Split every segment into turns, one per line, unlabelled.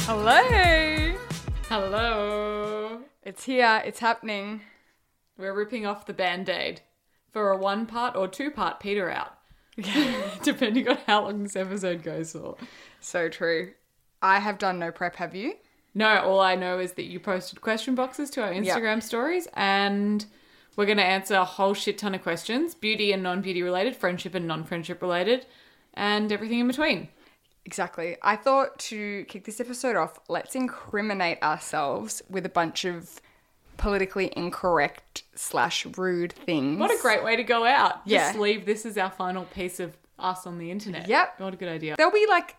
Hello.
Hello.
It's here. It's happening.
We're ripping off the band aid for a one part or two part Peter out, depending on how long this episode goes for.
So true. I have done no prep, have you?
No, all I know is that you posted question boxes to our
Yeah.
Instagram stories, and we're going to answer a whole shit ton of questions beauty and non beauty related, friendship and non friendship related, and everything in between.
Exactly. I thought to kick this episode off, let's incriminate ourselves with a bunch of politically incorrect slash rude things.
What a great way to go out. Just
Yeah.
leave this as our final piece of us on the internet.
Yep.
What a good idea.
There'll be like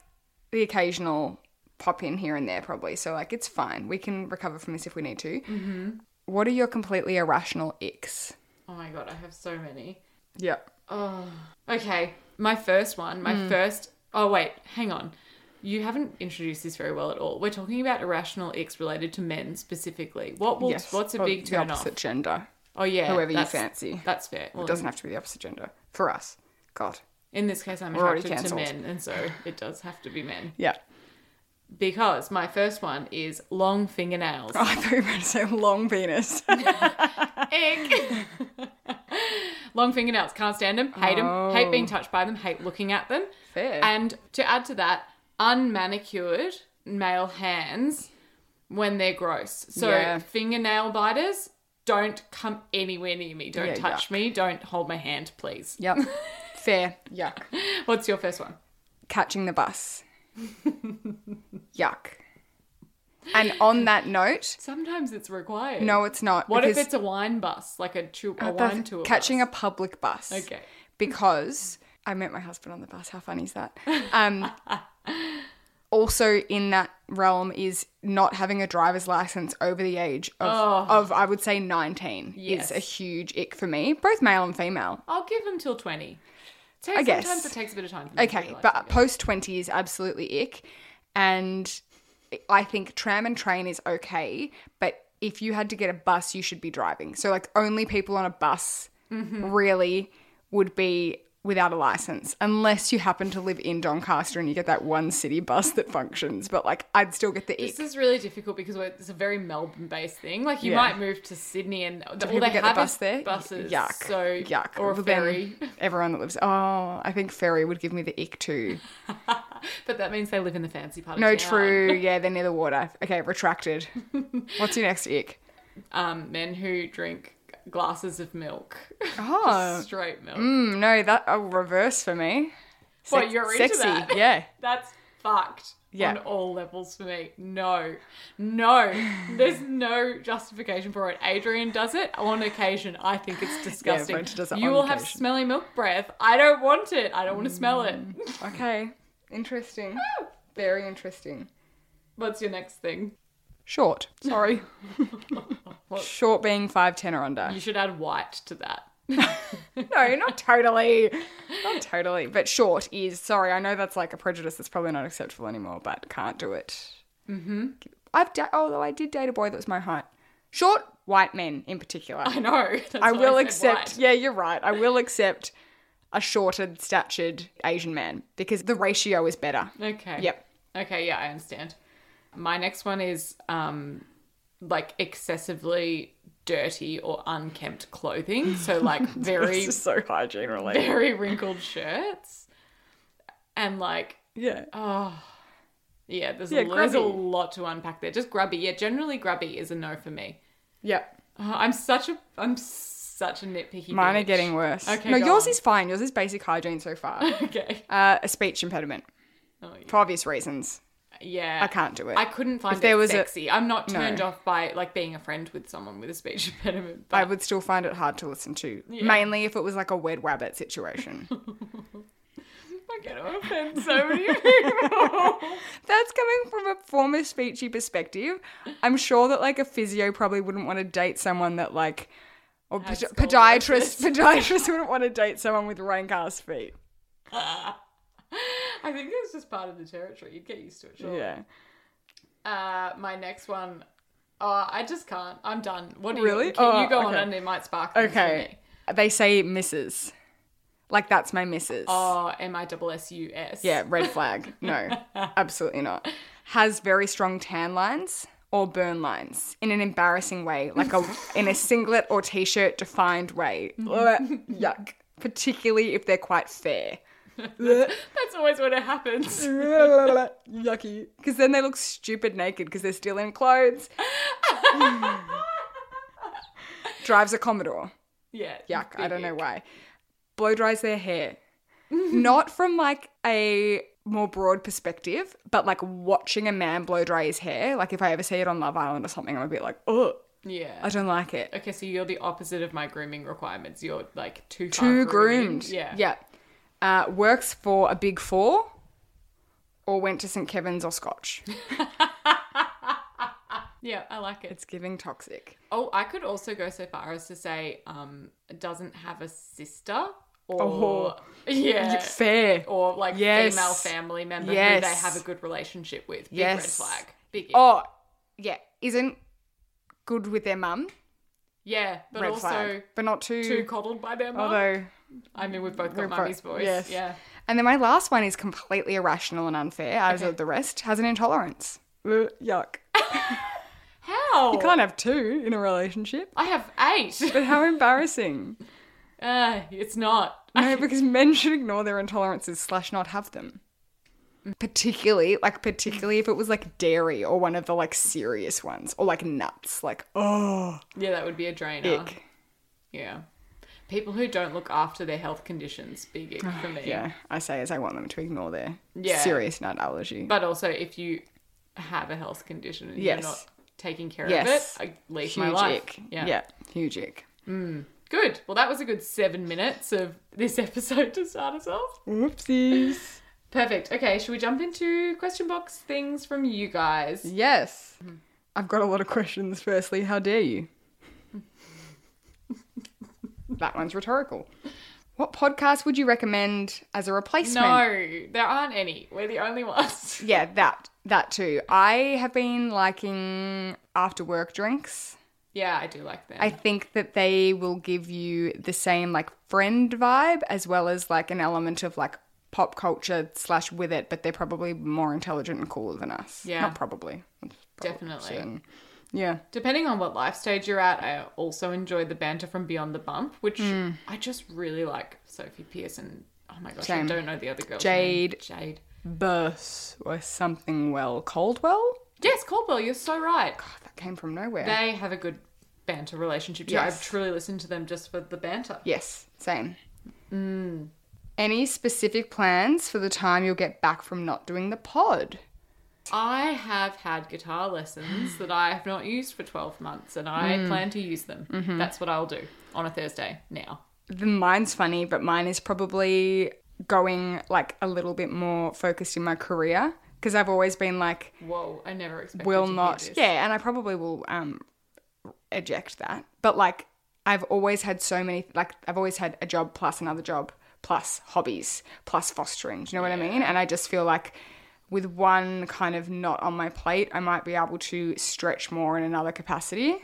the occasional pop in here and there, probably. So, like, it's fine. We can recover from this if we need to. Mm-hmm. What are your completely irrational icks?
Oh my God, I have so many.
Yep.
Oh. Okay. My first one, my
Hmm.
first. Oh, wait, hang on. You haven't introduced this very well at all. We're talking about irrational icks related to men specifically. What will,
yes.
What's a
or
big
the
turn off?
opposite gender.
Oh, yeah.
whoever you
that's-
fancy.
That's fair. Well,
It doesn't have to be the opposite gender for us. God.
in this case, I'm
We're already
attracted to
cancelled.
men, and so it does have to be men.
Yeah.
Because my first one is long fingernails.
Oh, I thought you were going to say long penis.
Ick. Long fingernails. Can't stand them. Hate
Oh.
them. Hate being touched by them. Hate looking at them.
Fair.
And to add to that, unmanicured male hands when they're gross. So
Yeah.
fingernail biters, don't come anywhere near me. Don't
Yeah,
touch me. Don't hold my hand, please.
yep. Fair. Yuck.
What's your first one?
Catching the bus. Yuck. And on that note,
Sometimes it's required.
no, it's not.
What if
because
it's a wine bus, like a, tu- a
the-
wine tour?
catching
bus?
a public bus?
Okay.
Because I met my husband on the bus. How funny is that? Um, also in that realm is not having a driver's license over the age of,
Oh.
of I would say 19 is
Yes.
a huge ick for me, both male and female.
I'll give them till twenty. Take,
I guess.
sometimes it takes a bit of time. For them to
Okay,
realise, I
but
guess.
post 20 is absolutely ick. And I think tram and train is okay. But if you had to get a bus, you should be driving. So, like, only people on a bus
Mm-hmm.
really would be without a license, unless you happen to live in Doncaster and you get that one city bus that functions. But, like, I'd still get the ick.
This is really difficult because we're- it's a very Melbourne-based thing. Like you
Yeah.
might move to Sydney, and the, all
People
they
get
have
the bus
is
there.
buses.
Yuck.
So
Yuck.
or a
Well, then
ferry.
Everyone that lives. Oh, I think ferry would give me the ick too.
But that means they live in the fancy part.
No,
of town.
true. Yeah, they're near the water. Okay, retracted. What's your next ick?
Um, men who drink glasses of milk,
Oh.
Just straight milk.
Mm, no, that a reverse for me.
Well,
Sex-
you're into
sexy.
that.
Yeah.
That's fucked
Yeah.
on all levels for me. No, no, there's no justification for it. Adrian does it on occasion. I think it's disgusting.
Brenton does it
you
on
will have
occasion.
smelly milk breath. I don't want it. I don't want to smell it.
Mm. Okay. Interesting. Very interesting.
What's your next thing?
Short. Sorry. Short being five ten or under.
You should add white to that.
No, not totally. Not totally. But short is sorry. I know that's like a prejudice that's probably not acceptable anymore, but can't do it. Mm-hmm. I've da- although I did date a boy that was my height. Short white men in particular.
I know. That's
I
why
will
said
accept.
white.
Yeah, you're right. I will accept a shorter, statured Asian man because the ratio is better.
Okay.
Yep.
Okay. Yeah, I understand. My next one is um, like excessively dirty or unkempt clothing. So like very,
This is so hygiene related.
very wrinkled shirts, and like
Yeah.
yeah, there's,
Yeah,
a, lo- there's a
grubby.
lot to unpack there. Just grubby. Yeah, generally grubby is a no for me.
Yep.
Oh, I'm such a I'm such a nitpicky.
Mine are
bitch.
getting worse.
Okay,
No,
go
yours
on.
is fine. Yours is basic hygiene so far.
okay.
uh, a speech impediment
Oh, yeah.
for obvious reasons.
Yeah.
I can't do it.
I couldn't find
If there
it
was a-
sexy. i I'm not
No.
turned off by like being a friend with someone with a speech impediment.
I
But
would still find it hard to listen to, mainly if it was like a wed wabbit situation.
I get offend so many people.
That's coming from a former speechy perspective. I'm sure that like a physio probably wouldn't want to date someone that like, or
Had
podi-
skull
podiatrist podiatrist wouldn't want to date someone with rank ass feet.
I think it's just part of the territory. You'd get used to it, sure.
Yeah,
Uh, my next one. Oh, I just can't. I'm done. What do
Really?
you? Can you
Oh,
go on
okay.
and it might spark. things for
okay.
me.
They say misses. Like that's my missus.
Oh, M I double S U S.
Yeah, red flag. No, absolutely not. Has very strong tan lines or burn lines in an embarrassing way, like a in a singlet or t-shirt defined way.
Mm-hmm.
Blech, Yuck. Particularly if they're quite fair.
That's always when it happens.
Yucky. Because then they look stupid naked because they're still in clothes. Drives a Commodore.
Yeah.
Yuck. I
big
don't know
ick.
why. Blow dries their hair. Not from like a more broad perspective, but like watching a man blow dry his hair. Like if I ever see it on Love Island or something, I'm a bit like, oh, I
Yeah.
don't like it.
Okay, so you're the opposite of my grooming requirements. You're like too far
Too groomed.
Yeah.
Yeah. Uh, works for a big four or went to St. Kevin's or Scotch.
Yeah, I like it.
It's giving toxic.
Oh, I could also go so far as to say um doesn't have a sister or
Oh.
yeah.
Fair.
Or like
Yes.
female family member who they
Yes.
have a good relationship with. Big red
Yes.
flag. Big ick.
Oh, yeah. Isn't good with their mum.
yeah, but
Red
also
flag. Oh, But not too.
too coddled by their mum.
although.
I mean, we've both
We're
got
both-
mummy's voice.
yes.
Yeah.
And then my last one is completely irrational and unfair, as
Okay.
are the rest, has an intolerance. Yuck.
How?
You can't have two in a relationship.
I have eight.
But how embarrassing.
uh, it's not.
No, because men should ignore their intolerances slash not have them. Particularly, like particularly if it was like dairy or one of the like serious ones or like nuts, like oh,
Yeah, that would be a drainer.
ick.
Yeah. People who don't look after their health conditions, big ick for me.
Yeah, I say as I want them to ignore their
Yeah.
serious nut allergy.
But also, if you have a health condition and
Yes.
you're not taking care
Yes.
of it, I leave
huge
my life.
ick.
Yeah.
yeah, huge ick.
Good. Well, that was a good seven minutes of this episode to start us off.
Whoopsies.
Perfect. Okay, should we jump into question box things from you guys?
Yes. I've got a lot of questions. Firstly, how dare you? that one's rhetorical. What podcast would you recommend as a replacement?
No, there aren't any. We're the only ones.
Yeah, that that too. I have been liking after work drinks.
Yeah, I do like them.
I think that they will give you the same like friend vibe as well as like an element of like pop culture slash with it, but they're probably more intelligent and cooler than us.
Yeah.
Not probably. That's probably
Definitely.
certain. Yeah.
Depending on what life stage you're at, I also enjoy the banter from Beyond the Bump, which
Mm.
I just really like Sophie Pierce and oh my gosh,
Same.
I don't know the other girl.
Jade.
Jade.
Bus or something well. Coldwell?
Yes, Caldwell, you're so right.
That came from nowhere.
They have a good banter relationship too.
Yes.
I've truly listened to them just for the banter.
yes, same.
Mm.
Any specific plans for the time you'll get back from not doing the pod?
I have had guitar lessons that I have not used for 12 months and I
Hmm.
plan to use them.
Mm-hmm.
That's what I'll do on a Thursday now.
The mine's funny, but mine is probably going like a little bit more focused in my career because I've always been like,
Whoa, I never expected
will
to hear
not.
this.
Yeah, and I probably will um eject that. But like I've always had so many like I've always had a job plus another job plus hobbies plus fostering. Do you know what I mean? And I just feel like with one kind of not on my plate, I might be able to stretch more in another capacity.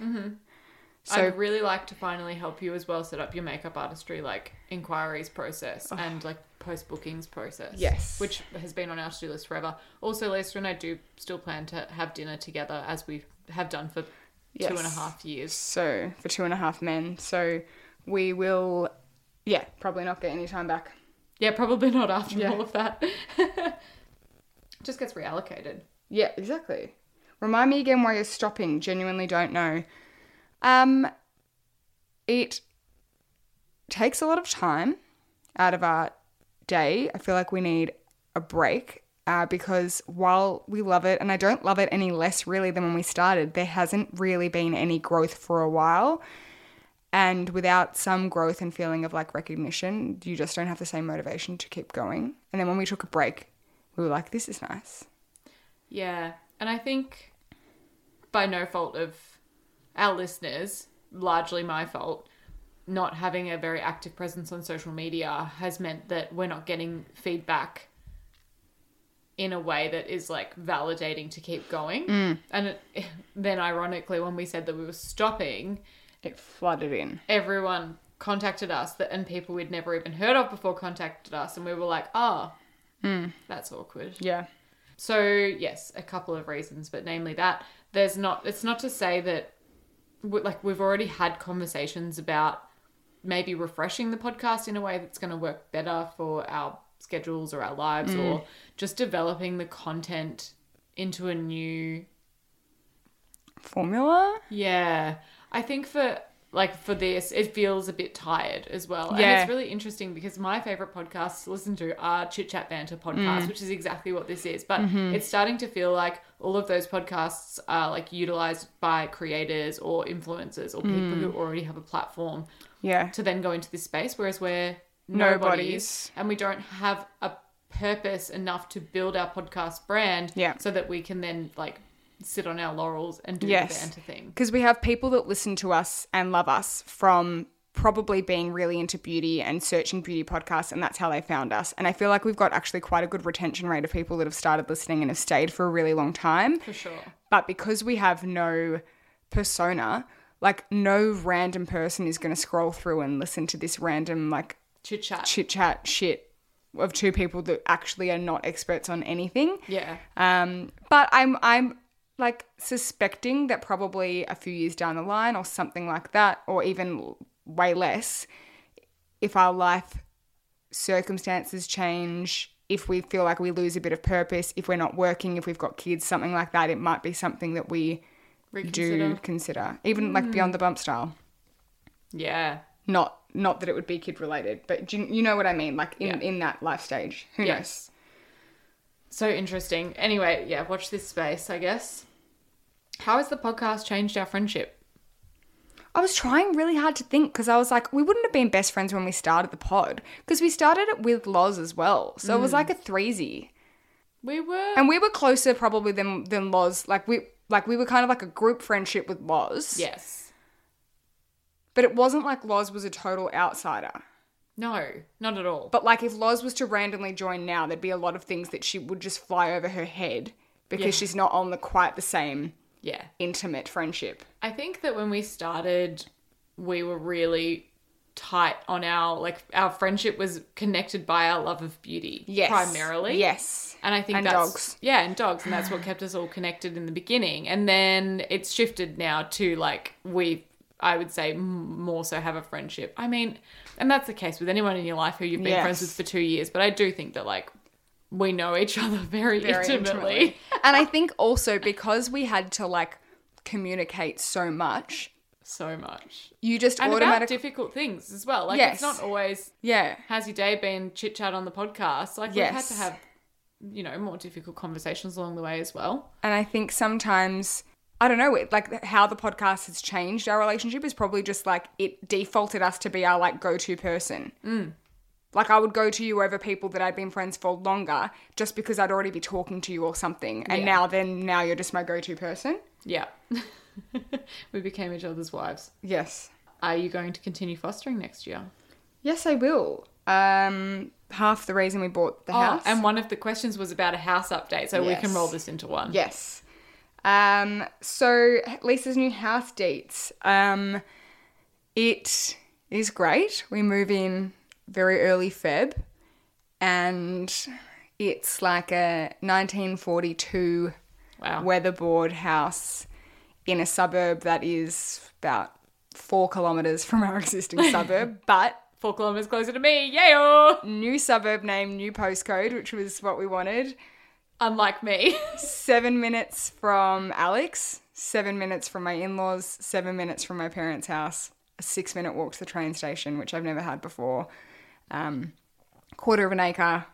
So-
I'd really like to finally help you as well set up your makeup artistry like inquiries process and like post bookings process.
Oh. Yes.
Which has been on our to do list forever. Also, Lisa and I do still plan to have dinner together as we have done for two and a
Yes.
half years.
So for two and a half men. So we will, yeah, probably not get any time back.
Yeah, probably not after
Yeah.
all of that. Just gets reallocated.
Yeah, exactly. Remind me again why you're stopping. Genuinely don't know. Um, it takes a lot of time out of our day. I feel like we need a break uh, because while we love it, and I don't love it any less really than when we started, there hasn't really been any growth for a while. And without some growth and feeling of like recognition, you just don't have the same motivation to keep going. And then when we took a break, we were like, this is nice.
Yeah. And I think by no fault of our listeners, largely my fault, not having a very active presence on social media has meant that we're not getting feedback in a way that is like validating to keep going. And it, then ironically when we said that we were stopping,
It flooded in.
everyone contacted us that and people we'd never even heard of before contacted us and we were like, "Ah, that's awkward."
Yeah.
So yes, a couple of reasons, but namely that there's not. It's not to say that we- like we've already had conversations about maybe refreshing the podcast in a way that's going to work better for our schedules or our lives, or just developing the content into a new
Formula?
yeah, I think for like for this, it feels a bit tired as well. And
Yeah.
it's really interesting because my favorite podcasts to listen to are Chit Chat Banter podcasts,
Mm.
which is exactly what this is. But
Mm-hmm.
it's starting to feel like all of those podcasts are like utilized by creators or influencers or people
Mm.
who already have a platform
Yeah.
to then go into this space, whereas we're
Nobodies.
nobodies and we don't have a purpose enough to build our podcast brand
Yeah.
so that we can then like sit on our laurels and do
Yes.
the banter thing.
Because we have people that listen to us and love us from probably being really into beauty and searching beauty podcasts, and that's how they found us. And I feel like we've got actually quite a good retention rate of people that have started listening and have stayed for a really long time.
For sure.
But because we have no persona, like no random person is going to scroll through and listen to this random, like,
Chit chat.
chit chat shit of two people that actually are not experts on anything.
yeah.
Um, but I'm I'm like suspecting that probably a few years down the line or something like that, or even way less, if our life circumstances change, if we feel like we lose a bit of purpose, if we're not working, if we've got kids, something like that, it might be something that we
Reconsider.
do consider. Even like beyond the bump style.
Yeah.
Not not that it would be kid related, but do you, you know what I mean? Like in, in that life stage. Who knows?
Yes. So interesting. Anyway, yeah, watch this space, I guess. How has the podcast changed our friendship?
I was trying really hard to think because I was like, we wouldn't have been best friends when we started the pod because we started it with Loz as well, so
Mm.
it was like a threesy,
We were
and we were closer probably than than Loz. Like we like we were kind of like a group friendship with Loz,
Yes.
But it wasn't like Loz was a total outsider.
No, not at all.
But like if Loz was to randomly join now, there'd be a lot of things that she would just fly over her head because
Yeah.
she's not on the quite the same
yeah.
intimate friendship.
I think that when we started, we were really tight on our like our friendship was connected by our love of beauty
Yes,
primarily.
Yes,
And I think
And
that's,
dogs.
Yeah, and dogs, and that's what kept us all connected in the beginning. And then it's shifted now to like we, I would say, m- more so have a friendship. I mean, and that's the case with anyone in your life who you've been friends
Yes.
with for two years. But I do think that like we know each other very,
very
intimately.
intimately. and I think also because we had to like communicate so much,
so much,
you just
and about
automatically
difficult things as well. Like
Yes.
it's not always
yeah.
how's your day been chit chat on the podcast. Like we've had
Yes.
to have you know more difficult conversations along the way as well.
And I think sometimes I don't know, it, like how the podcast has changed our relationship is probably just like it defaulted us to be our like go-to person. Like I would go to you over people that I'd been friends for longer just because I'd already be talking to you or something. And
Yeah.
now then now you're just my go-to person.
Yeah. we became each other's wives.
Yes.
Are you going to continue fostering next year?
Yes, I will. Um half the reason we bought the house.
Oh, and one of the questions was about a house update, so we can
Yes.
roll this into one.
Yes. Um, so Lisa's new house dates. Um, it is great. We move in very early Feb, and it's like a 1942
Wow.
weatherboard house in a suburb that is about four kilometers from our existing suburb, but
Four kilometres closer to me. Yayo!
new suburb name, new postcode, which was what we wanted.
Unlike me.
seven minutes from Alex, seven minutes from my in laws, seven minutes from my parents' house, a six minute walk to the train station, which I've never had before, um, quarter of an acre,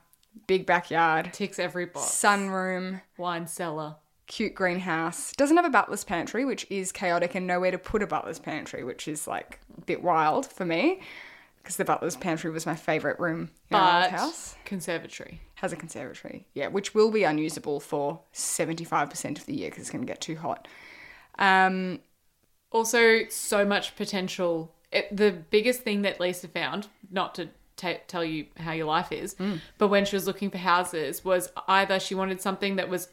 big backyard,
Ticks every box.
sunroom,
Wine cellar.
cute greenhouse. Doesn't have a butler's pantry, which is chaotic and nowhere to put a butler's pantry, which is like a bit wild for me because the butler's pantry was my favourite room in our
But
old house.
conservatory.
has a conservatory. Yeah, which will be unusable for 75% of the year because it's going to get too hot. Um,
Also, so much potential. It, the biggest thing that Lisa found, not to ta tell you how your life is, but when she was looking for houses, was either she wanted something that was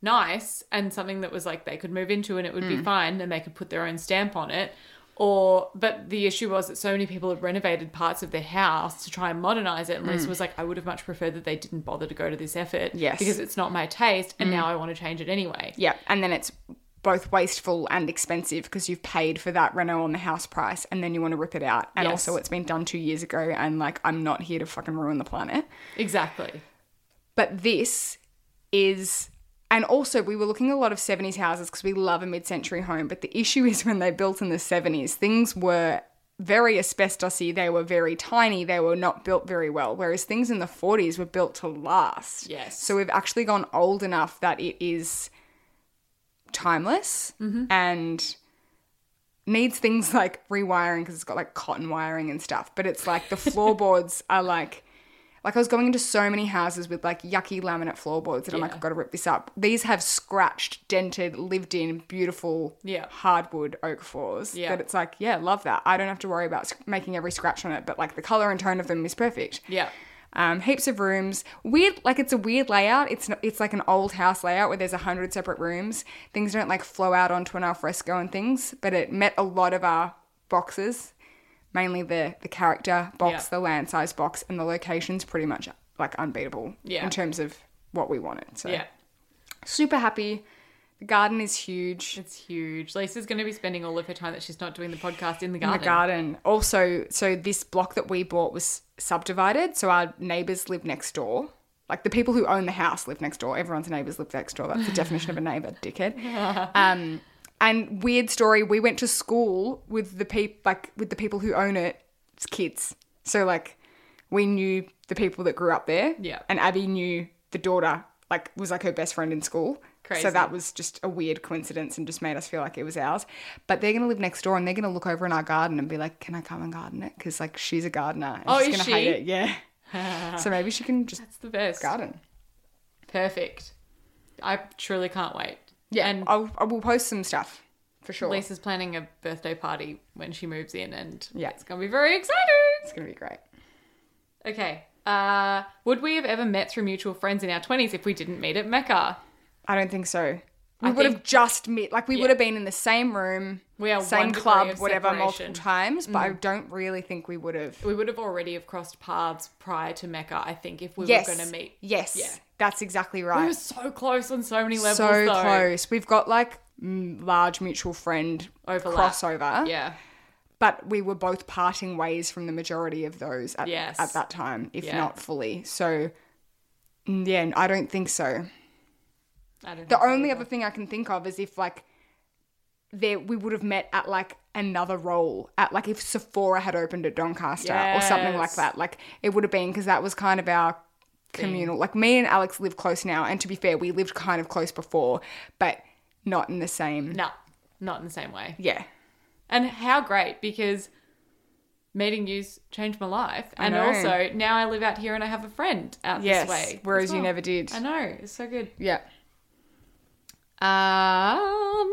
nice and something that was like they could move into and it would be fine and they could put their own stamp on it, Or, but the issue was that so many people had renovated parts of their house to try and modernize it. And Lisa was like, I would have much preferred that they didn't bother to go to this effort.
Yes.
Because it's not my taste. And now I want to change it anyway.
Yeah, and then it's both wasteful and expensive because you've paid for that reno on the house price and then you want to rip it out. And
Yes.
also it's been done 2 years ago and like I'm not here to fucking ruin the planet.
Exactly.
But this is and also we were looking at a lot of 70s houses because we love a mid-century home, but the issue is when they built in the 70s, things were very asbestosy, they were very tiny, they were not built very well, whereas things in the 40s were built to last.
Yes.
So we've actually gone old enough that it is timeless and needs things like rewiring because it's got like cotton wiring and stuff. But it's like the floorboards are like, like I was going into so many houses with like yucky laminate floorboards and I'm like,
Yeah.
I've got to rip this up. These have scratched, dented, lived in, beautiful
Yeah.
hardwood oak floors.
Yeah.
That it's like, yeah, love that. I don't have to worry about sc- making every scratch on it, but like the color and tone of them is perfect
Yeah.
um, heaps of rooms. Weird, like it's a weird layout. It's not, it's like an old house layout where there's a hundred separate rooms. Things don't like flow out onto an alfresco and things, but it met a lot of our boxes, mainly the the character box,
Yeah.
the land size box, and the locations. Pretty much like unbeatable
Yeah.
in terms of what we wanted. So
Yeah.
super happy. The garden is huge.
It's huge. Lisa's going to be spending all of her time that she's not doing the podcast in the
in
garden.
the garden. Also, so this block that we bought was subdivided, so our neighbors live next door. Like the people who own the house live next door. Everyone's neighbors live next door. That's the definition of a neighbor, dickhead. Um, and weird story, we went to school with the peop- like with the people who own it, it's kids. So like we knew the people that grew up there.
Yeah.
And Abby knew the daughter, like was like her best friend in school.
Crazy.
So that was just a weird coincidence and just made us feel like it was ours. But they're going to live next door and they're going to look over in our garden and be like, "Can I come and garden it?" Because like she's a gardener. And
Oh,
she's gonna
is she?
hate it. Yeah. so maybe she can just
It's the best.
garden.
Perfect. I truly can't wait.
Yeah.
And
And I'll, I will post some stuff for sure.
Lisa's planning a birthday party when she moves in, and
Yeah.
it's going to be very exciting.
It's going to be great.
Okay. Uh, would we have ever met through mutual friends in our 20s if we didn't meet at Mecca?
I don't think so. We
I
would have
think-
just met. Like we
Yeah.
would have been in the same room.
We are one
same
degree
club,
of
whatever, multiple
separation. Mm.
times. But I don't really think we would have.
We would have already have crossed paths prior to Mecca, I think, if we
yes.
were going to meet.
Yes.
Yeah.
That's exactly
We
right.
were so close on so many levels,
so
though.
close. We've got like mm, large mutual friend
Overlap.
crossover,
Yeah.
but we were both parting ways from the majority of those at,
Yes.
at that time, if
Yeah.
not fully. So, mm, yeah, I don't think so.
I don't
The
think so
only
either.
other thing I can think of is if like there we would have met at like another role at like if Sephora had opened at Doncaster or something like
Yes.
that. Like it would have been because that was kind of our communal. Like me and Alex live close now, and to be fair, we lived kind of close before, but not in the same.
No, not in the same way.
Yeah,
And how great because meeting you's changed my life. And
know.
also now I live out here and I have a friend out
yes.
this way.
Whereas
as
you
well.
never did.
I know. It's so good.
Yeah.
Um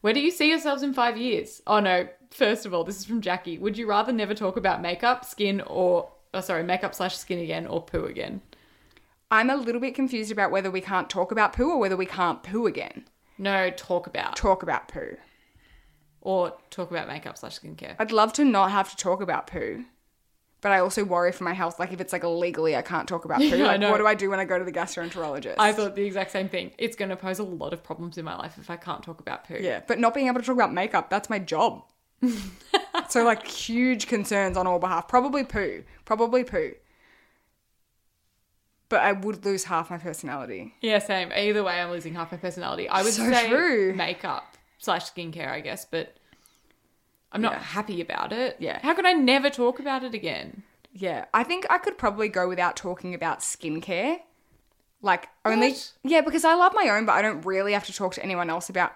where do you see yourselves in five years? Oh no, first of all, this is from Jackie. Would you rather never talk about makeup, skin or oh sorry, makeup slash skin again or poo again?
I'm a little bit confused about whether we can't talk about poo or whether we can't poo again.
No, talk about.
Talk about poo.
or talk about makeup slash skincare.
I'd love to not have to talk about poo, but I also worry for my health. Like if it's like illegally, I can't talk about poo.
Yeah, I
like,
know.
What do I do when I go to the gastroenterologist?
I thought the exact same thing. It's gonna pose a lot of problems in my life if I can't talk about poo.
yeah, but not being able to talk about makeup—that's my job. so like huge concerns on all behalf. Probably poo. Probably poo. But I would lose half my personality.
Yeah, same. Either way, I'm losing half my personality. I would
So
say
true.
makeup slash skincare, I guess, but I'm not
Yeah.
happy about it.
Yeah.
How could I never talk about it again?
Yeah, I think I could probably go without talking about skincare. Like only
What?
yeah, because I love my own, but I don't really have to talk to anyone else about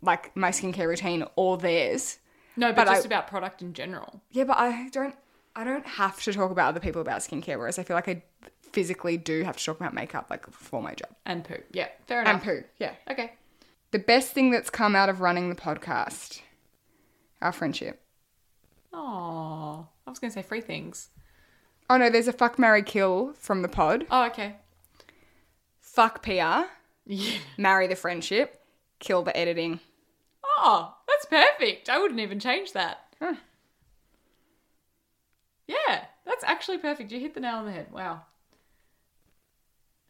like my skincare routine or theirs.
No, but,
But I-
just about product in general.
Yeah, but I don't I don't have to talk about other people about skincare, whereas I feel like I physically do have to talk about makeup like for my job.
And poo. Yeah, fair
And
enough.
poo, yeah.
Okay.
The best thing that's come out of running the podcast. Our friendship.
Oh, I was going to say free things.
Oh no, there's a fuck Mary Kill from the pod.
Oh, okay.
Fuck PR.
Yeah.
Marry the friendship. Kill the editing.
Oh, that's perfect. I wouldn't even change that.
Huh.
Yeah, that's actually perfect. You hit the nail on the head. Wow.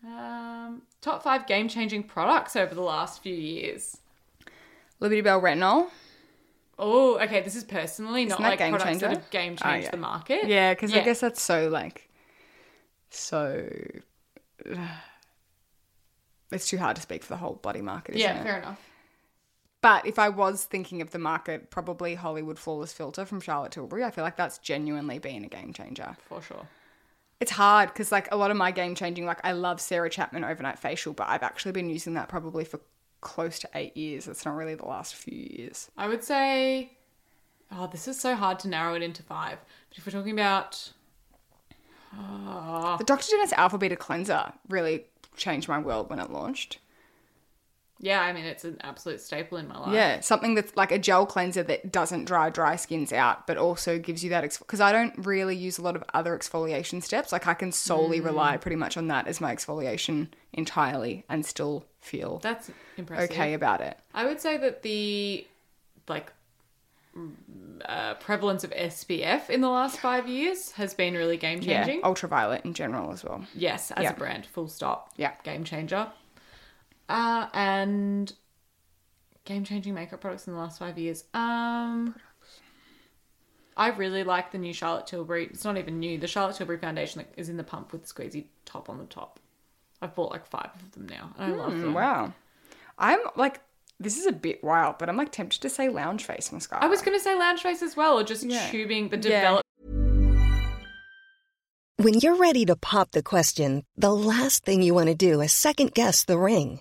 Um, top five game changing products over the last few years.
Liberty Bell retinol.
Oh, okay. This is personally not
that
like
game
products
changer?
that have game
Oh,
changed
yeah.
the market.
Yeah, because I
Yeah.
guess that's so like so. It's too hard to speak for the whole bloody market, isn't
yeah,
it?
fair enough.
But if I was thinking of the market, probably Hollywood Flawless Filter from Charlotte Tilbury. I feel like that's genuinely been a game changer.
For sure.
It's hard because like a lot of my game changing, like I love Sarah Chapman Overnight Facial, but I've actually been using that probably for close to eight years. It's not really the last few years.
I would say, oh, this is so hard to narrow it into five. But if we're talking about, oh,
The Dr. Dennis Alpha Beta Cleanser really changed my world when it launched.
yeah, I mean, it's an absolute staple in my life.
Yeah, something that's like a gel cleanser that doesn't dry dry skins out, but also gives you that because I don't really use a lot of other exfoliation steps. Like I can solely
Mm.
rely pretty much on that as my exfoliation entirely, and still feel
That's impressive.
okay about it.
I would say that the like mm, uh, prevalence of SPF in the last five years has been really game changing.
Yeah, ultraviolet in general as well.
Yes, as
Yeah.
a brand, full stop.
Yeah.
game changer. Uh, and game changing makeup products in the last five years. Um, I really like the new Charlotte Tilbury. It's not even new. The Charlotte Tilbury foundation that is in the pump with the squeezy top on the top. I've bought like five of them now, and I love
Mm,
them.
wow, I'm like this is a bit wild, but I'm like tempted to say lounge face mascara.
I was gonna say lounge face as well, or just
Yeah.
tubing the
Yeah.
develop.
When you're ready to pop the question, the last thing you want to do is second guess the ring.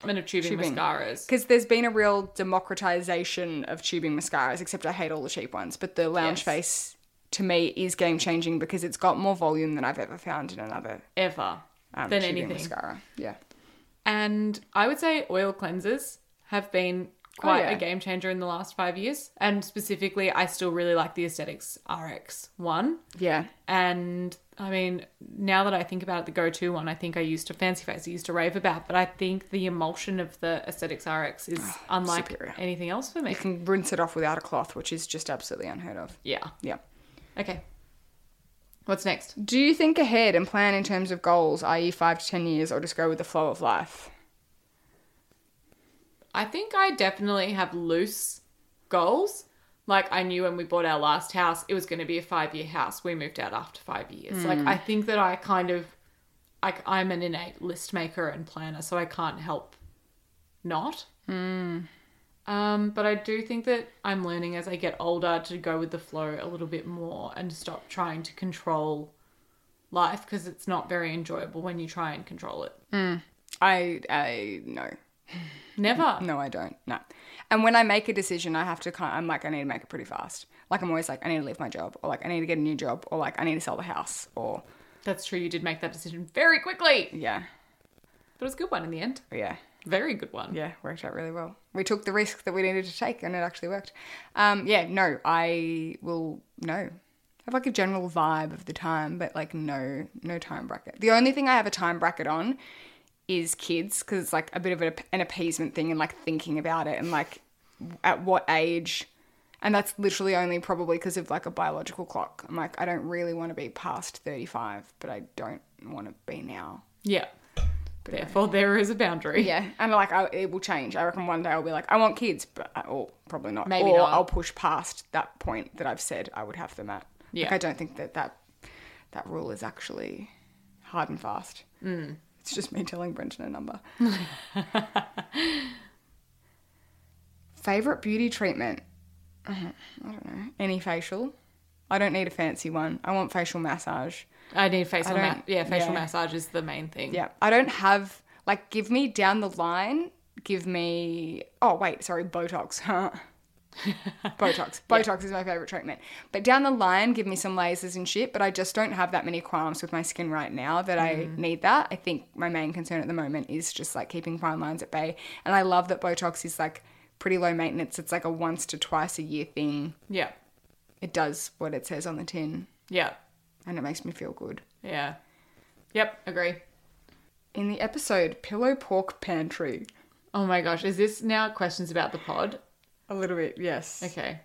development of tubing,
Tubing.
mascaras.
Because there's been a real democratization of tubing mascaras, except I hate all the cheap ones. But the lounge
Yes.
face to me is game changing because it's got more volume than I've ever found in another
Ever
um,
than
tubing
anything.
mascara. Yeah.
And I would say oil cleansers have been quite
Oh, yeah.
a game changer in the last five years. And specifically, I still really like the Aesthetics RX one.
Yeah.
And I mean, now that I think about it, the go to one I think I used to fancy face, I used to rave about, but I think the emulsion of the Aesthetics RX is unlike
Oh, superior.
anything else for me.
You can rinse it off without a cloth, which is just absolutely unheard of.
Yeah.
Yeah.
Okay. What's next?
Do you think ahead and plan in terms of goals, i.e., five to 10 years, or just go with the flow of life?
I think I definitely have loose goals. Like I knew when we bought our last house, it was going to be a five year house. We moved out after five years. Like I think that I kind of, I, I'm an innate list maker and planner, so I can't help not. Um, but I do think that I'm learning as I get older to go with the flow a little bit more and stop trying to control life because it's not very enjoyable when you try and control it.
I, I, no.
Never.
No, I don't. No. And when I make a decision, I have to kind I'm like, I need to make it pretty fast. Like, I'm always like, I need to leave my job, or like, I need to get a new job, or like, I need to sell the house, or
That's true. You did make that decision very quickly.
yeah,
But it was a good one in the end.
yeah,
Very good one.
yeah, worked out really well. We took the risk that we needed to take, and it actually worked. Um, yeah, no, I will, no. I have like a general vibe of the time, but like, no, no time bracket. The only thing I have a time bracket on is kids, because it's like a bit of an, an appeasement thing and like thinking about it and like at what age and that's literally only probably because of like a biological clock i'm like i don't really want to be past 35 but i don't want to be now
Yeah. Therefore, there is a boundary.
yeah and like I, it will change i reckon one day i'll be like i want kids but I, or probably not
Maybe
or
not.
i'll push past that point that i've said i would have them at
Yeah.
like i don't think that that that rule is actually hard and fast. It's just me telling Brenton a number. Favorite beauty treatment? Mm-hmm. I don't know. Any facial? I don't need a fancy one. I want facial massage.
I need facial
I don't-
ma- yeah, facial
yeah.
massage is the main thing.
Yeah. I don't have, like, give me down the line, give me, oh, wait, sorry, Botox. Huh? Botox. Botox is my favorite treatment. But down the line, give me some lasers and shit. But I just don't have that many qualms with my skin right now that I need that. I think my main concern at the moment is just like keeping fine lines at bay. And I love that Botox is like pretty low maintenance. It's like a once to twice a year thing.
Yeah.
It does what it says on the tin
Yeah.
and it makes me feel good.
Yeah. Yep, agree.
In the episode Pillow Pork Pantry,
Oh my gosh, is this now questions about the pod?
a little bit, yes.
Okay.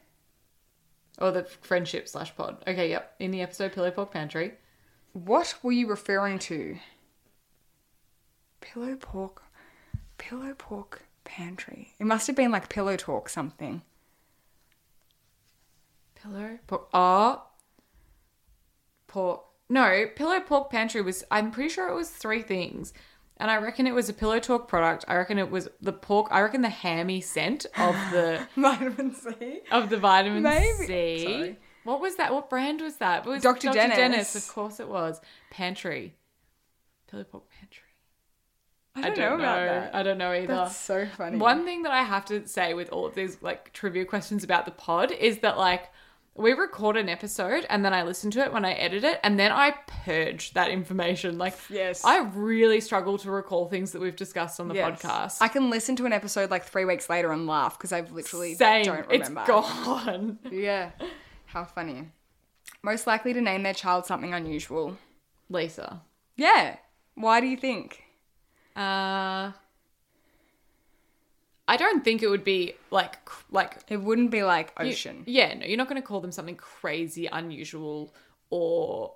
Or the friendship slash pod. Okay, yep. In the episode Pillow Pork Pantry.
What were you referring to? Pillow pork, pillow pork pantry. It must have been like pillow talk something.
Pillow pork. Ah. Pork. No, Pillow Pork Pantry was, I'm pretty sure it was three things. And I reckon it was a Pillow Talk product. I reckon it was the pork. I reckon the hammy scent of the
Vitamin C.
of the vitamin
Maybe.
C.
Sorry.
What was that? What brand was that? It was
Dr. Dennis.
Of course it was. Pantry. Pillow pork pantry.
I don't, know about that.
I don't know either.
That's so funny.
One thing that I have to say with all of these like trivia questions about the pod is that like we record an episode and then I listen to it when I edit it and then I purge that information. Like
Yes.
I really struggle to recall things that we've discussed on the
Yes.
podcast.
I can listen to an episode like three weeks later and laugh because I've literally
Same.
don't
it's
remember.
gone.
Yeah. How funny. Most likely to name their child something unusual.
Lisa.
Yeah. Why do you think?
Uh, I don't think it would be like cr- like
It wouldn't be like
you-
ocean.
yeah, no, you're not going to call them something crazy, unusual, or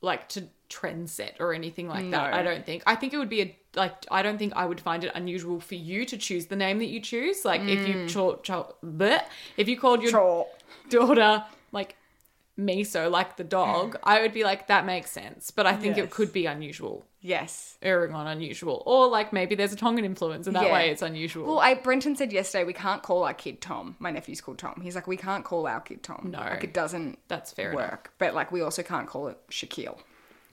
like to trend set or anything like that.
No.
I don't think. I think it would be a like. I don't think I would find it unusual for you to choose the name that you choose. Like if
Mm.
you cho- cho- bleh, if you called your
Sure.
daughter like miso like the dog, I would be like that makes sense. But I think it
Yes.
could be unusual
Yes.
erring on unusual, or like maybe there's a Tongan influence, and that
Yeah.
way it's unusual.
Well, I Brenton said yesterday we can't call our kid Tom. My nephew's called Tom. He's like, we can't call our kid Tom.
No.
like it doesn't
That's fair.
work.
Enough.
But like, we also can't call it Shaquille,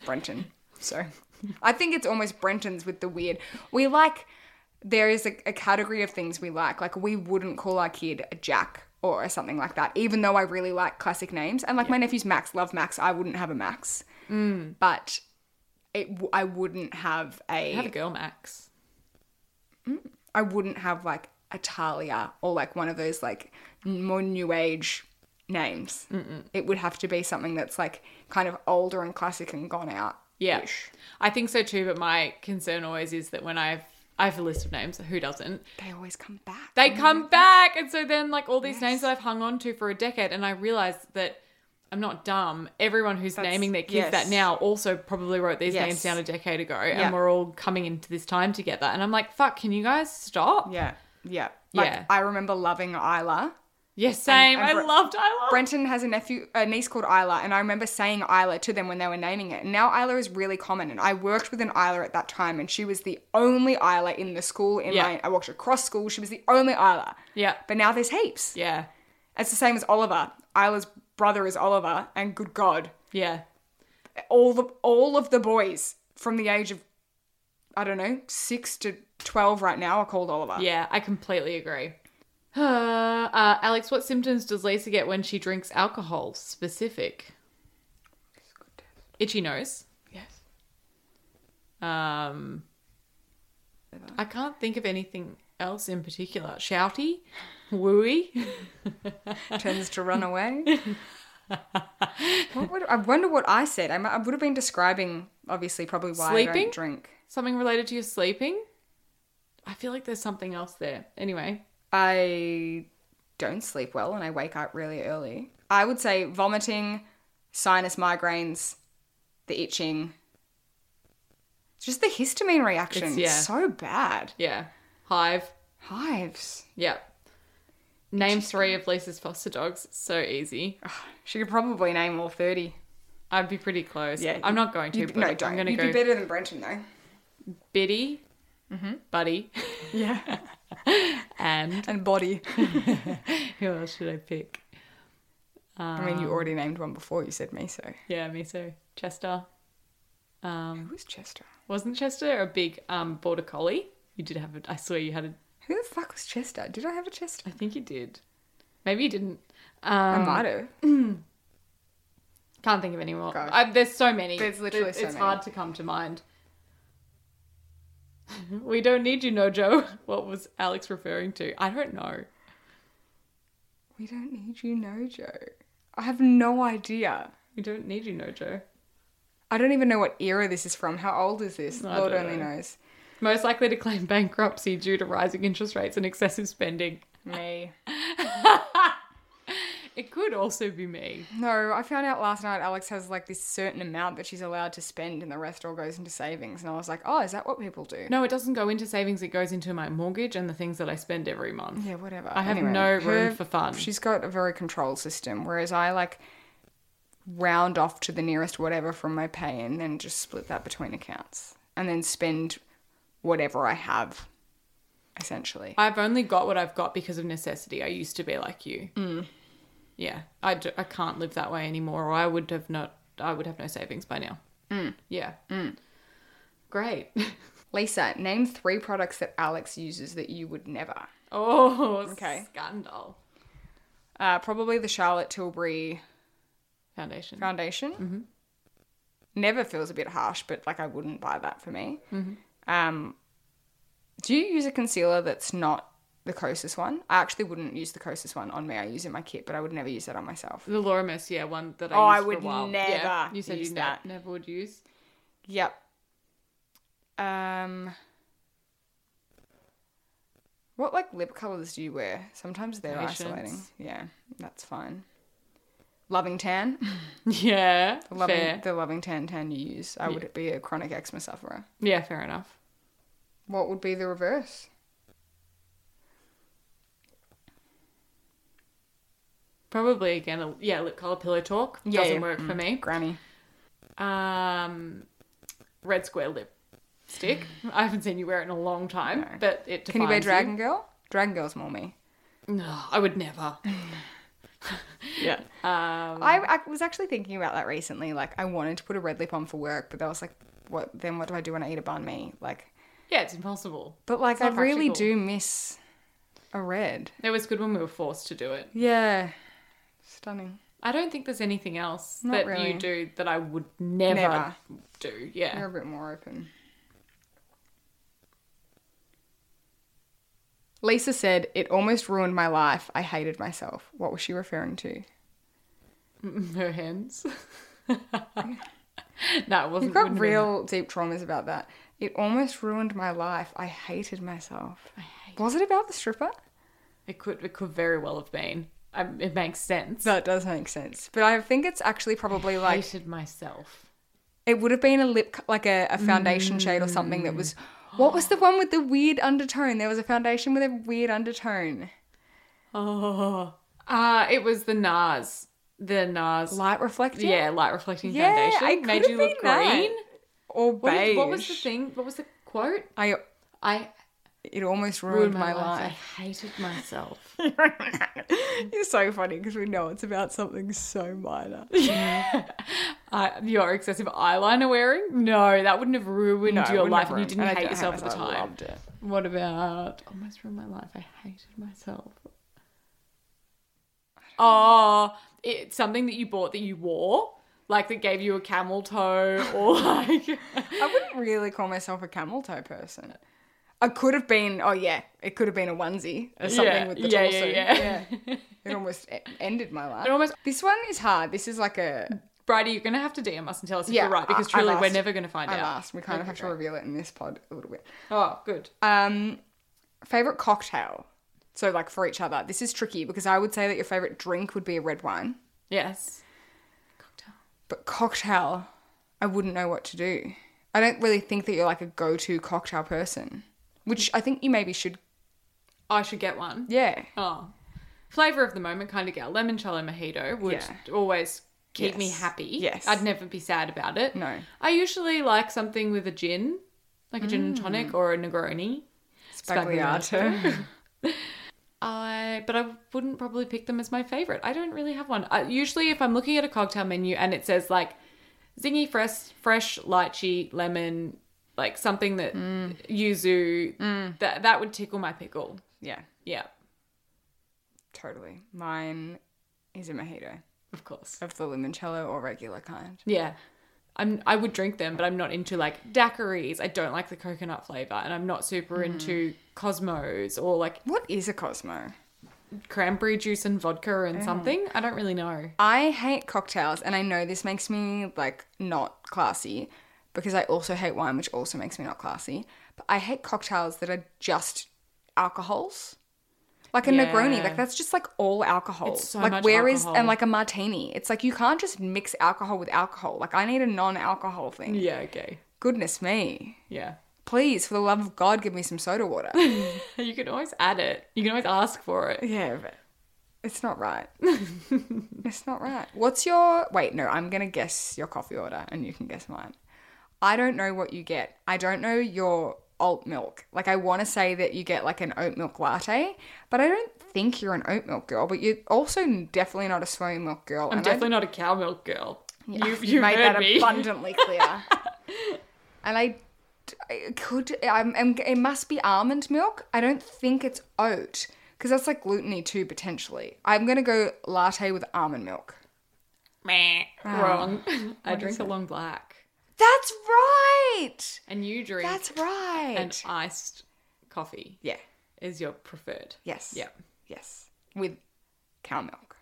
Brenton. so, I think it's almost Brenton's with the weird. We like there is a, a category of things we like. Like we wouldn't call our kid a Jack or something like that, even though I really like classic names. And like my nephew's Max, love Max. I wouldn't have a Max,
Mm.
but it w- I wouldn't have a
Have a girl, Max.
I wouldn't have like Italia or like one of those like more new age names. It would have to be something that's like kind of older and classic and gone out.
Yeah, I think so too. But my concern always is that when I've I have a list of names. Who doesn't?
They always come back.
They come back, and so then like all these names that I've hung on to for a decade, and I realize that I'm not dumb. Everyone who's naming their kids
yes.
that now also probably wrote these
Yes.
names down a decade ago,
Yeah.
and we're all coming into this time together. And I'm like, fuck, can you guys stop?
yeah. Yeah. Like
Yeah.
I remember loving Isla.
Yes, same.
and Bre-
I loved. I loved.
Brenton has a nephew, a niece called Isla, and I remember saying Isla to them when they were naming it. And now Isla is really common, and I worked with an Isla at that time, and she was the only Isla in the school. In
Yeah.
my, I walked across school. She was the only Isla.
yeah,
But now there's heaps.
yeah,
It's the same as Oliver. Isla's brother is Oliver, and good God,
yeah.
all the all of the boys from the age of I don't know six to twelve right now are called Oliver.
Yeah, I completely agree. Uh, uh, Alex, what symptoms does Lisa get when she drinks alcohol? Specific. Itchy nose.
Yes.
Um, I can't think of anything else in particular. Shouty, wooey.
Tends to run away. what would, I wonder what I said. I, mu- I would have been describing obviously probably why I
Sleeping?
don't drink.
Something related to your sleeping. I feel like there's something else there. Anyway,
I don't sleep well and I wake up really early. I would say vomiting, sinus migraines, the itching. It's just the histamine reaction.
It's-
It's,
yeah.
so bad.
yeah. Hive.
Hives.
Yeah. Name three of Lisa's foster dogs. So easy.
She could probably name all 30.
I'd be pretty close.
Yeah.
I'm not going to.
You'd,
But
be- no, don't.
I'm going to
You'd
go
be better Mm-hmm. than Brenton though.
Biddy, Buddy,
Yeah.
and
and body.
who else should I pick?
I mean, you
Um,
already named one before. You said me, so
Yeah, me too. Chester. Um,
who's Chester?
wasn't Chester a big um, border collie? You did have a. I swear you had a.
Who the fuck was Chester? Did I have a Chester?
I think you did. Maybe you didn't.
I
Um,
might have.
Can't think of any more.
Go.
I, there's so many.
There's literally
it's
so
It's
many.
hard to come to mind. we don't need you, Nojo. What was Alex referring to? I don't know.
We don't need you, Nojo. I have no idea.
We don't need you, Nojo.
I don't even know what era this is from. How old is this?
I
Lord
don't
only
know.
knows.
Most likely to claim bankruptcy due to rising interest rates and excessive spending.
Me.
It could also be me.
No, I found out last night Alex has like this certain amount that she's allowed to spend and the rest all goes into savings. And I was like, oh, is that what people do?
No, it doesn't go into savings. It goes into my mortgage and the things that I spend every month.
Yeah, whatever.
I have
Anyway,
no room for fun.
She's got a very controlled system, whereas I like round off to the nearest whatever from my pay and then just split that between accounts and then spend whatever I have, essentially.
I've only got what I've got because of necessity. I used to be like you.
Mm.
Yeah, I, d- I can't live that way anymore, or I would have not. I would have no savings by now.
Mm.
Yeah. Great.
Lisa, name three products that Alex uses that you would never.
oh,
Okay.
Scandal
Uh, probably the Charlotte Tilbury
foundation.
foundation.
Mm-hmm.
Never feels a bit harsh, but like I wouldn't buy that for me.
Mm-hmm.
Um, do you use a concealer that's not the Kosas one? I actually wouldn't use the Kosas one on me. I use it in my kit, but I would never use that on myself.
the Laura Mercier one that I
Oh, I
used for a
would
while.
never
Yeah, you said
use
you ne-
that.
never would use.
Yep. Um, what like lip colors do you wear? Sometimes they're
Patience.
isolating. Yeah, that's fine. Loving tan,
Yeah,
the loving,
fair.
the loving tan tan you use. I would be a chronic eczema sufferer.
Yeah, fair enough.
What would be the reverse?
Probably again. A, yeah, lip color pillow talk
Yeah,
doesn't
yeah. Mm.
work for me.
Granny.
Um, red square lip stick. I haven't seen you wear it in a long time, but it.
Can you wear
defines
Dragon Girl? Dragon Girl's more me.
No, I would never.
Yeah.
Um,
I, I was actually thinking about that recently. Like, I wanted to put a red lip on for work, but I was like, what? Then what do I do when I eat a bun me? Like,
yeah, it's impossible.
but like, I
not
really
practical.
do miss a red.
It was good when we were forced to do it.
Yeah. Stunning.
I don't think there's anything else
Not
that
really.
you do that I would never,
Never.
do. Yeah.
You're a bit more open. Lisa said, It almost ruined my life. I hated myself. What was she referring to?
Her hands. no, it
You've
wasn't.
got
wouldn't have been that.
real deep traumas about that. It almost ruined my life. I hated myself. I hate Was it about the stripper?
It could. It could very well have been. I, it makes sense.
That does make sense. But I think it's actually probably
I
like
hated myself.
it would have been a lip like a, a foundation shade or something that was what was the one with the weird undertone? There was a foundation with a weird undertone.
Oh. Uh, it was the NARS. The NARS.
Light reflecting?
Yeah, light reflecting
Yeah,
foundation.
I could
Made
have
you look
been that.
green.
Or
What,
beige.
did- what was the thing? What was the quote?
I
I
it almost ruined, my, life.
I hated myself.
You're so funny because we know it's about something so minor.
I, your excessive eyeliner wearing? No, that wouldn't have ruined
No, it
your
wouldn't
life,
have
and you
ruined-
didn't
and I
hate
don't
yourself
hate
at the
myself, I
time.
loved it.
What about almost ruined my life? I hated myself. Oh, it's something that you bought that you wore, like that gave you a camel toe, or like.
I wouldn't really call myself a camel toe person. I could have been, oh yeah, it could have been a onesie or something
Yeah,
with the
yeah,
torso.
yeah,
Yeah. It almost e- ended my life.
It almost-
This one is hard. This is like a.
Brady, you're going to have to DM us and tell us if
Yeah,
you're right, because
I- I've
truly, we're
asked-
never going to find
I
out.
asked. We kind of have to reveal it in this pod a little bit.
Oh, good.
Um, favorite cocktail. So like for each other. This is tricky because I would say that your favorite drink would be a red wine,
Yes. Cocktail.
but cocktail, I wouldn't know what to do. I don't really think that you're like a go-to cocktail person, which I think you maybe should.
I should get one.
Yeah.
Oh. Flavor of the moment kind of gal. Lemon cello mojito would
Yeah.
always keep me
Yes.
happy.
Yes.
I'd never be sad about it.
No.
I usually like something with a gin, like a gin and
Mm.
tonic or a Negroni.
Spagliato.
I but I wouldn't probably pick them as my favorite. I don't really have one. I, usually, if I'm looking at a cocktail menu and it says like zingy fresh, fresh lychee lemon, like something that
Mm.
yuzu, that that would tickle my pickle.
yeah,
Yeah,
totally. Mine is a mojito
of course.
of the limoncello or regular kind.
Yeah. I'm, I would drink them, but I'm not into like daiquiris. I don't like the coconut flavor, and I'm not super
Mm-hmm.
into Cosmos or like
What is a Cosmo?
cranberry juice and vodka
Mm.
and something. I don't really know.
I hate cocktails, and I know this makes me like not classy because I also hate wine, which also makes me not classy. But I hate cocktails that are just alcohols. Like a Negroni,
Yeah.
like that's just like all alcohol.
It's so
like
much
where is
alcohol.
and like a martini. It's like you can't just mix alcohol with alcohol. Like I need a non-alcohol thing.
Yeah, okay.
Goodness me.
Yeah.
Please, for the love of God, give me some soda water.
You can always add it. You can always ask for it.
yeah, but it's not right. it's not right. What's your wait? No, I'm gonna guess your coffee order, and you can guess mine. I don't know what you get. I don't know your alt milk. Like I want to say that you get like an oat milk latte, but I don't think you're an oat milk girl. But you're also definitely not a soy milk girl.
I'm
and I-
definitely not a cow milk girl. You've,
you
you've
made
heard
that
me.
abundantly clear. and I, I could, I'm, I'm, it must be almond milk. I don't think it's oat because that's like gluteny too potentially. I'm gonna go latte with almond milk.
Meh.
Ah.
Wrong. I drink a long black.
That's right.
And you drink
That's right.
an iced coffee
yeah.
is your preferred.
Yes.
Yeah.
Yes. With cow milk.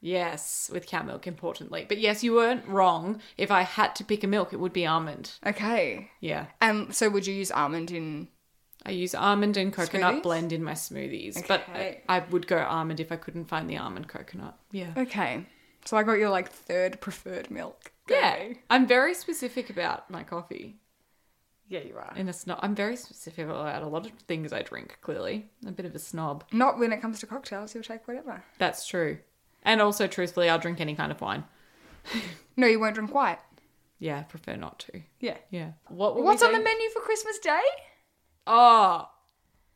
Yes, with cow milk, importantly. But yes, you weren't wrong. If I had to pick a milk, it would be almond.
Okay.
Yeah.
And so, would you use almond in?
I use almond and coconut
Smoothies?
blend in my smoothies. But I,
Okay.
I would go almond if I couldn't find the almond coconut. Yeah.
Okay. So I got your like third preferred milk.
Yeah. I'm very specific about my coffee.
Yeah, you are.
And it's not, I'm very specific about a lot of things I drink, clearly. I'm a bit of a snob.
Not when it comes to cocktails. You'll take whatever.
That's true. And also, truthfully, I'll drink any kind of wine.
No, you won't drink white.
Yeah, I prefer not to.
Yeah.
Yeah. What were we
What's on the
saying?
menu for Christmas Day?
Oh,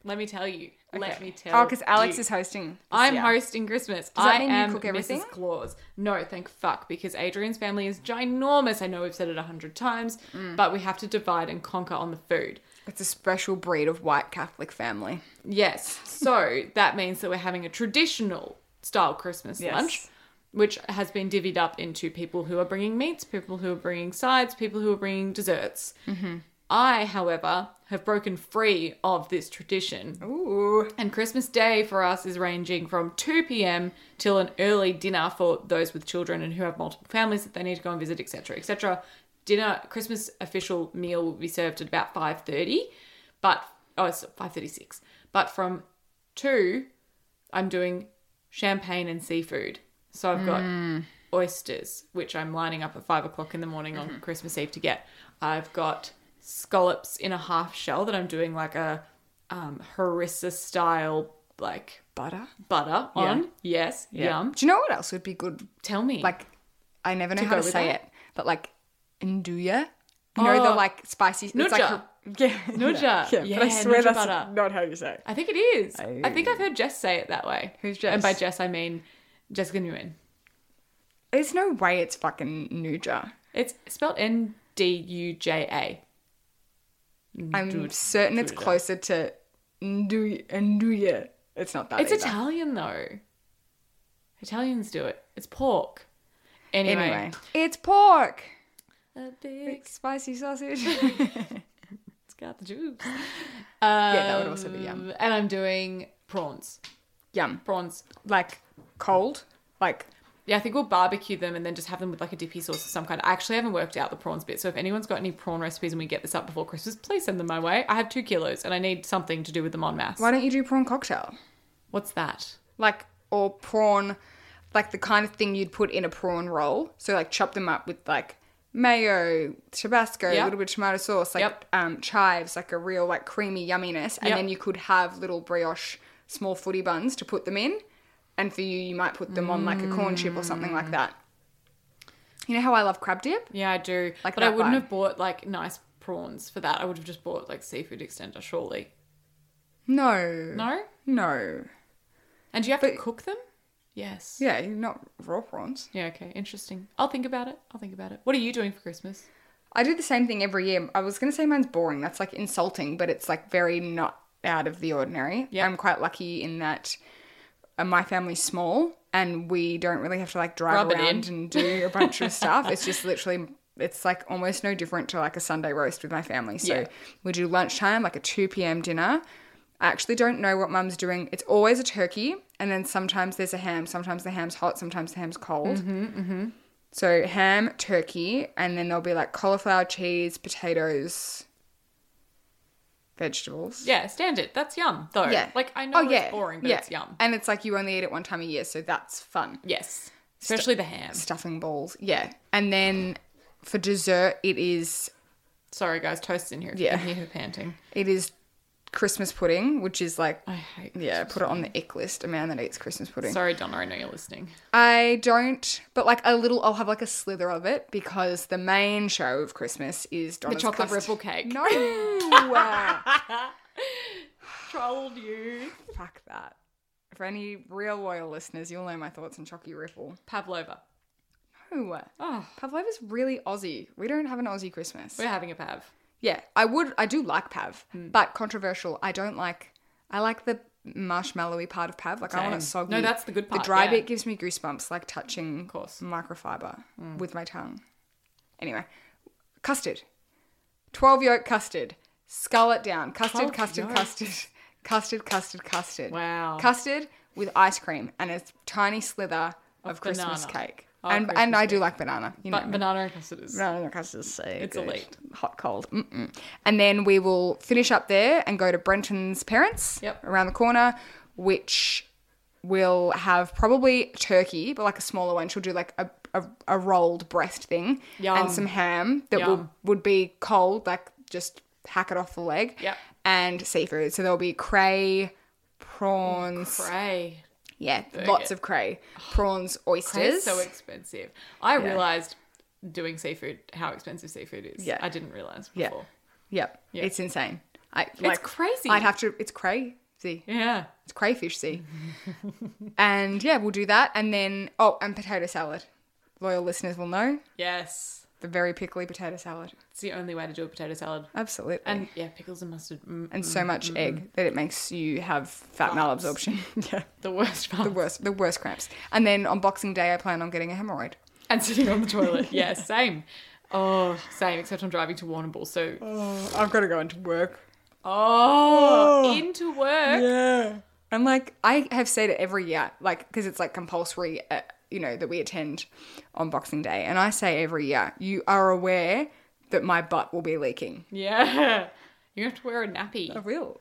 let me tell you. Let me tell
Oh, because Alex
you.
is hosting.
I'm hosting Christmas.
Does that
I
mean you
am
cook everything?
Mrs. Claus. No, thank fuck, because Adrian's family is ginormous. I know we've said it a hundred times,
Mm.
but we have to divide and conquer on the food.
It's a special breed of white Catholic family.
Yes. So that means that we're having a traditional style Christmas
Yes.
lunch, which has been divvied up into people who are bringing meats, people who are bringing sides, people who are bringing desserts.
Mm-hmm.
I, however, have broken free of this tradition.
Ooh.
And Christmas Day for us is ranging from 2 p.m. till an early dinner for those with children and who have multiple families that they need to go and visit, etc., etc. Dinner, Christmas official meal will be served at about 5:30, but oh, it's 5:36. But from two, I'm doing champagne and seafood. So I've got oysters, which I'm lining up at five o'clock in the morning
Mm-hmm.
on Christmas Eve to get. I've got scallops in a half shell that I'm doing like a um, harissa style like
Butter?
butter on. Yes, yum.
Do you know what else would be good?
Tell me,
Like, I never know
To
how
go
to
with
say
that?
it, but like nduja. You know the
Oh.
like spicy. It's like
Nudja.
yeah.
Nudja.
Yeah, but I
Yeah,
swear
nudja
that's
butter.
not how you say it.
I think it is. I... think I've heard Jess say it that way.
Who's Jess?
And by Jess, I mean Jessica Newman.
There's no way it's fucking nudja.
It's spelled N D U J A.
I'm certain it's closer to ndu- nduja. It's not that
It's
either.
Italian though. Italians do it. It's pork. Anyway,
Anyway, it's pork.
a big
Spicy sausage.
it's got the juice.
that would also be yum.
Um, And I'm doing prawns.
Yum.
Prawns.
Like cold. Like
Yeah, I think we'll barbecue them and then just have them with like a dippy sauce of some kind. I actually haven't worked out the prawns bit, so if anyone's got any prawn recipes and we get this up before Christmas, please send them my way. I have two kilos and I need something to do with them on mass.
why don't you do prawn cocktail?
What's that?
Like or prawn like the kind of thing you'd put in a prawn roll. So like chop them up with like mayo, Tabasco, a
Yeah.
little bit of tomato sauce, like
Yep.
um chives, like a real like creamy yumminess. And
Yep.
then you could have little brioche small footy buns to put them in. And for you you might put them on like a corn chip or something like that. You know how I love crab dip?
Yeah, I do.
Like
but I
that
wouldn't
vibe.
have bought like nice prawns for that. I would have just bought like seafood extender, surely.
No.
No?
No.
And do you have to cook them? Yes.
Yeah, you're not raw prawns.
Yeah, okay. Interesting. I'll think about it. I'll think about it. What are you doing for Christmas?
I do the same thing every year. I was going to say mine's boring. That's like insulting, but it's like very not out of the ordinary.
Yeah.
I'm quite lucky in that uh, my family's small and we don't really have to like drive
Rub it
around
in.
and do a bunch of stuff. It's just literally it's like almost no different to like a Sunday roast with my family. So
Yeah.
we do lunchtime, like a 2 p.m. dinner. I actually don't know what mum's doing. It's always a turkey and then sometimes there's a ham. Sometimes the ham's hot, sometimes the ham's cold. So ham, turkey, and then there'll be like cauliflower, cheese, potatoes, vegetables. Oh,
Yeah, standard. That's yum, though. Like, I know it's boring, but
yeah.
it's yum.
And it's like you only eat it one time a year, so that's fun.
Yes. Especially the ham.
Stuffing balls, yeah. And then for dessert, it is
Sorry, guys. Toast's in here.
Yeah.
Yeah. You can hear her panting.
it is Christmas pudding, which is like
I hate
yeah, put it on the ick list. A man that eats Christmas pudding.
Sorry, Donna. I know you're listening.
I don't, but like a little, I'll have like a slither of it because the main show of Christmas is Donna's
chocolate
cust-
ripple cake.
No, Uh,
Trolled you.
fuck that. For any real loyal listeners, you'll know my thoughts on Chocky Ripple.
Pavlova.
No,
Oh,
Pavlova's really Aussie. We don't have an Aussie Christmas.
we're having a pav.
Yeah, I would. I do like Pav,
Hmm.
but controversial. I don't like. I like the marshmallowy part of Pav. Like I want it
Same.
soggy.
No, that's the good
The
part,
dry
yeah.
bit gives me goosebumps, like touching
course. Hmm.
microfiber with my tongue. Anyway, custard, twelve yolk custard. Scull it down. Custard,
12
custard,
yolks.
custard, custard, custard, custard.
Wow.
Custard with ice cream and a tiny slither of, Christmas
banana.
cake.
Oh,
and
Christmas
and I do like banana. You know
But
me.
banana and custard is.
No, because it's so it's
good. elite.
hot cold. Mm-mm. And then we will finish up there and go to Brenton's parents
Yep.
around the corner, which will have probably turkey, but like a smaller one. She'll do like a a, a rolled breast thing
Yum.
and some ham that will
Yum.
would be cold, like just hack it off the leg.
Yep.
And seafood. So there'll be cray, prawns.
Cray.
Yeah, lots of cray. Prawns,
Cray's
oysters.
so expensive. I realized doing seafood how expensive seafood is.
Yeah.
I didn't realize
Yeah.
before.
Yep.
Yeah.
It's insane. I, like,
crazy.
I'd have to. It's crazy.
Yeah.
It's crayfish sea. and yeah, we'll do that. And then, oh, and potato salad. Loyal listeners will know
Yes.
the very pickly potato salad.
It's the only way to do a potato salad.
Absolutely.
And yeah, pickles and mustard. Mm,
and so much egg that it makes you have fat malabsorption. yeah.
the worst part.
The worst, the worst cramps. And then on Boxing Day, I plan on getting a hemorrhoid.
And sitting on the toilet. Yeah, same. Oh, same. Except I'm driving to Warrnambool. So, oh,
I've got to go into work.
into work.
Yeah. I'm like, I have said it every year, like, because it's like compulsory, uh, you know, that we attend on Boxing Day. And I say every year, you are aware that my butt will be leaking.
Yeah. You have to wear a nappy.
I will.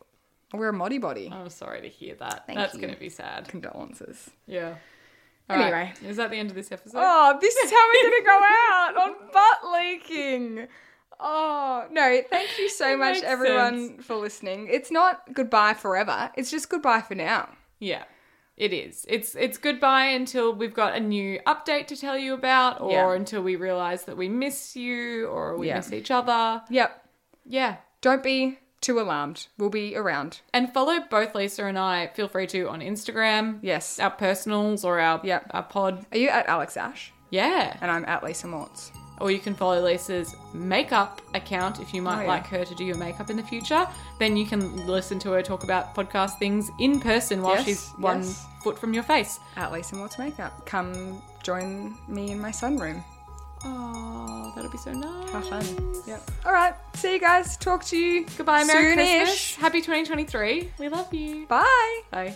I wear a moddy body.
I'm sorry to hear that.
Thank
That's
you.
going to be sad.
Condolences.
Yeah. All right.
Anyway.
Is that the end of this episode?
Oh, this is how we're going to go out on butt leaking. Oh, no. Thank you so
It
much,
makes
everyone, for listening. It's not goodbye forever, it's just goodbye for now.
Yeah. It is. It's it's goodbye until we've got a new update to tell you about or
Yeah.
until we realize that we miss you or we
Yeah.
miss each other.
Yep.
Yeah.
Don't be too alarmed. We'll be around.
And follow both Lisa and I, feel free to on Instagram.
Yes.
Our personals or our
Yep.
our pod.
Are you at Alex Ash?
Yeah.
And I'm at Lisa Mortz.
Or you can follow Lisa's makeup account if you
Oh,
might
yeah.
like her to do your makeup in the future. Then you can listen to her talk about podcast things in person while
Yes,
she's one
yes.
foot from your face.
At Lisa Mortz Makeup. Come join me in my sunroom.
Oh, that'll be so nice.
Have fun. Yep. All right. See you guys. Talk to you.
Goodbye, Merry
soonish.
Christmas. Happy 2023. We love you.
Bye.
Bye.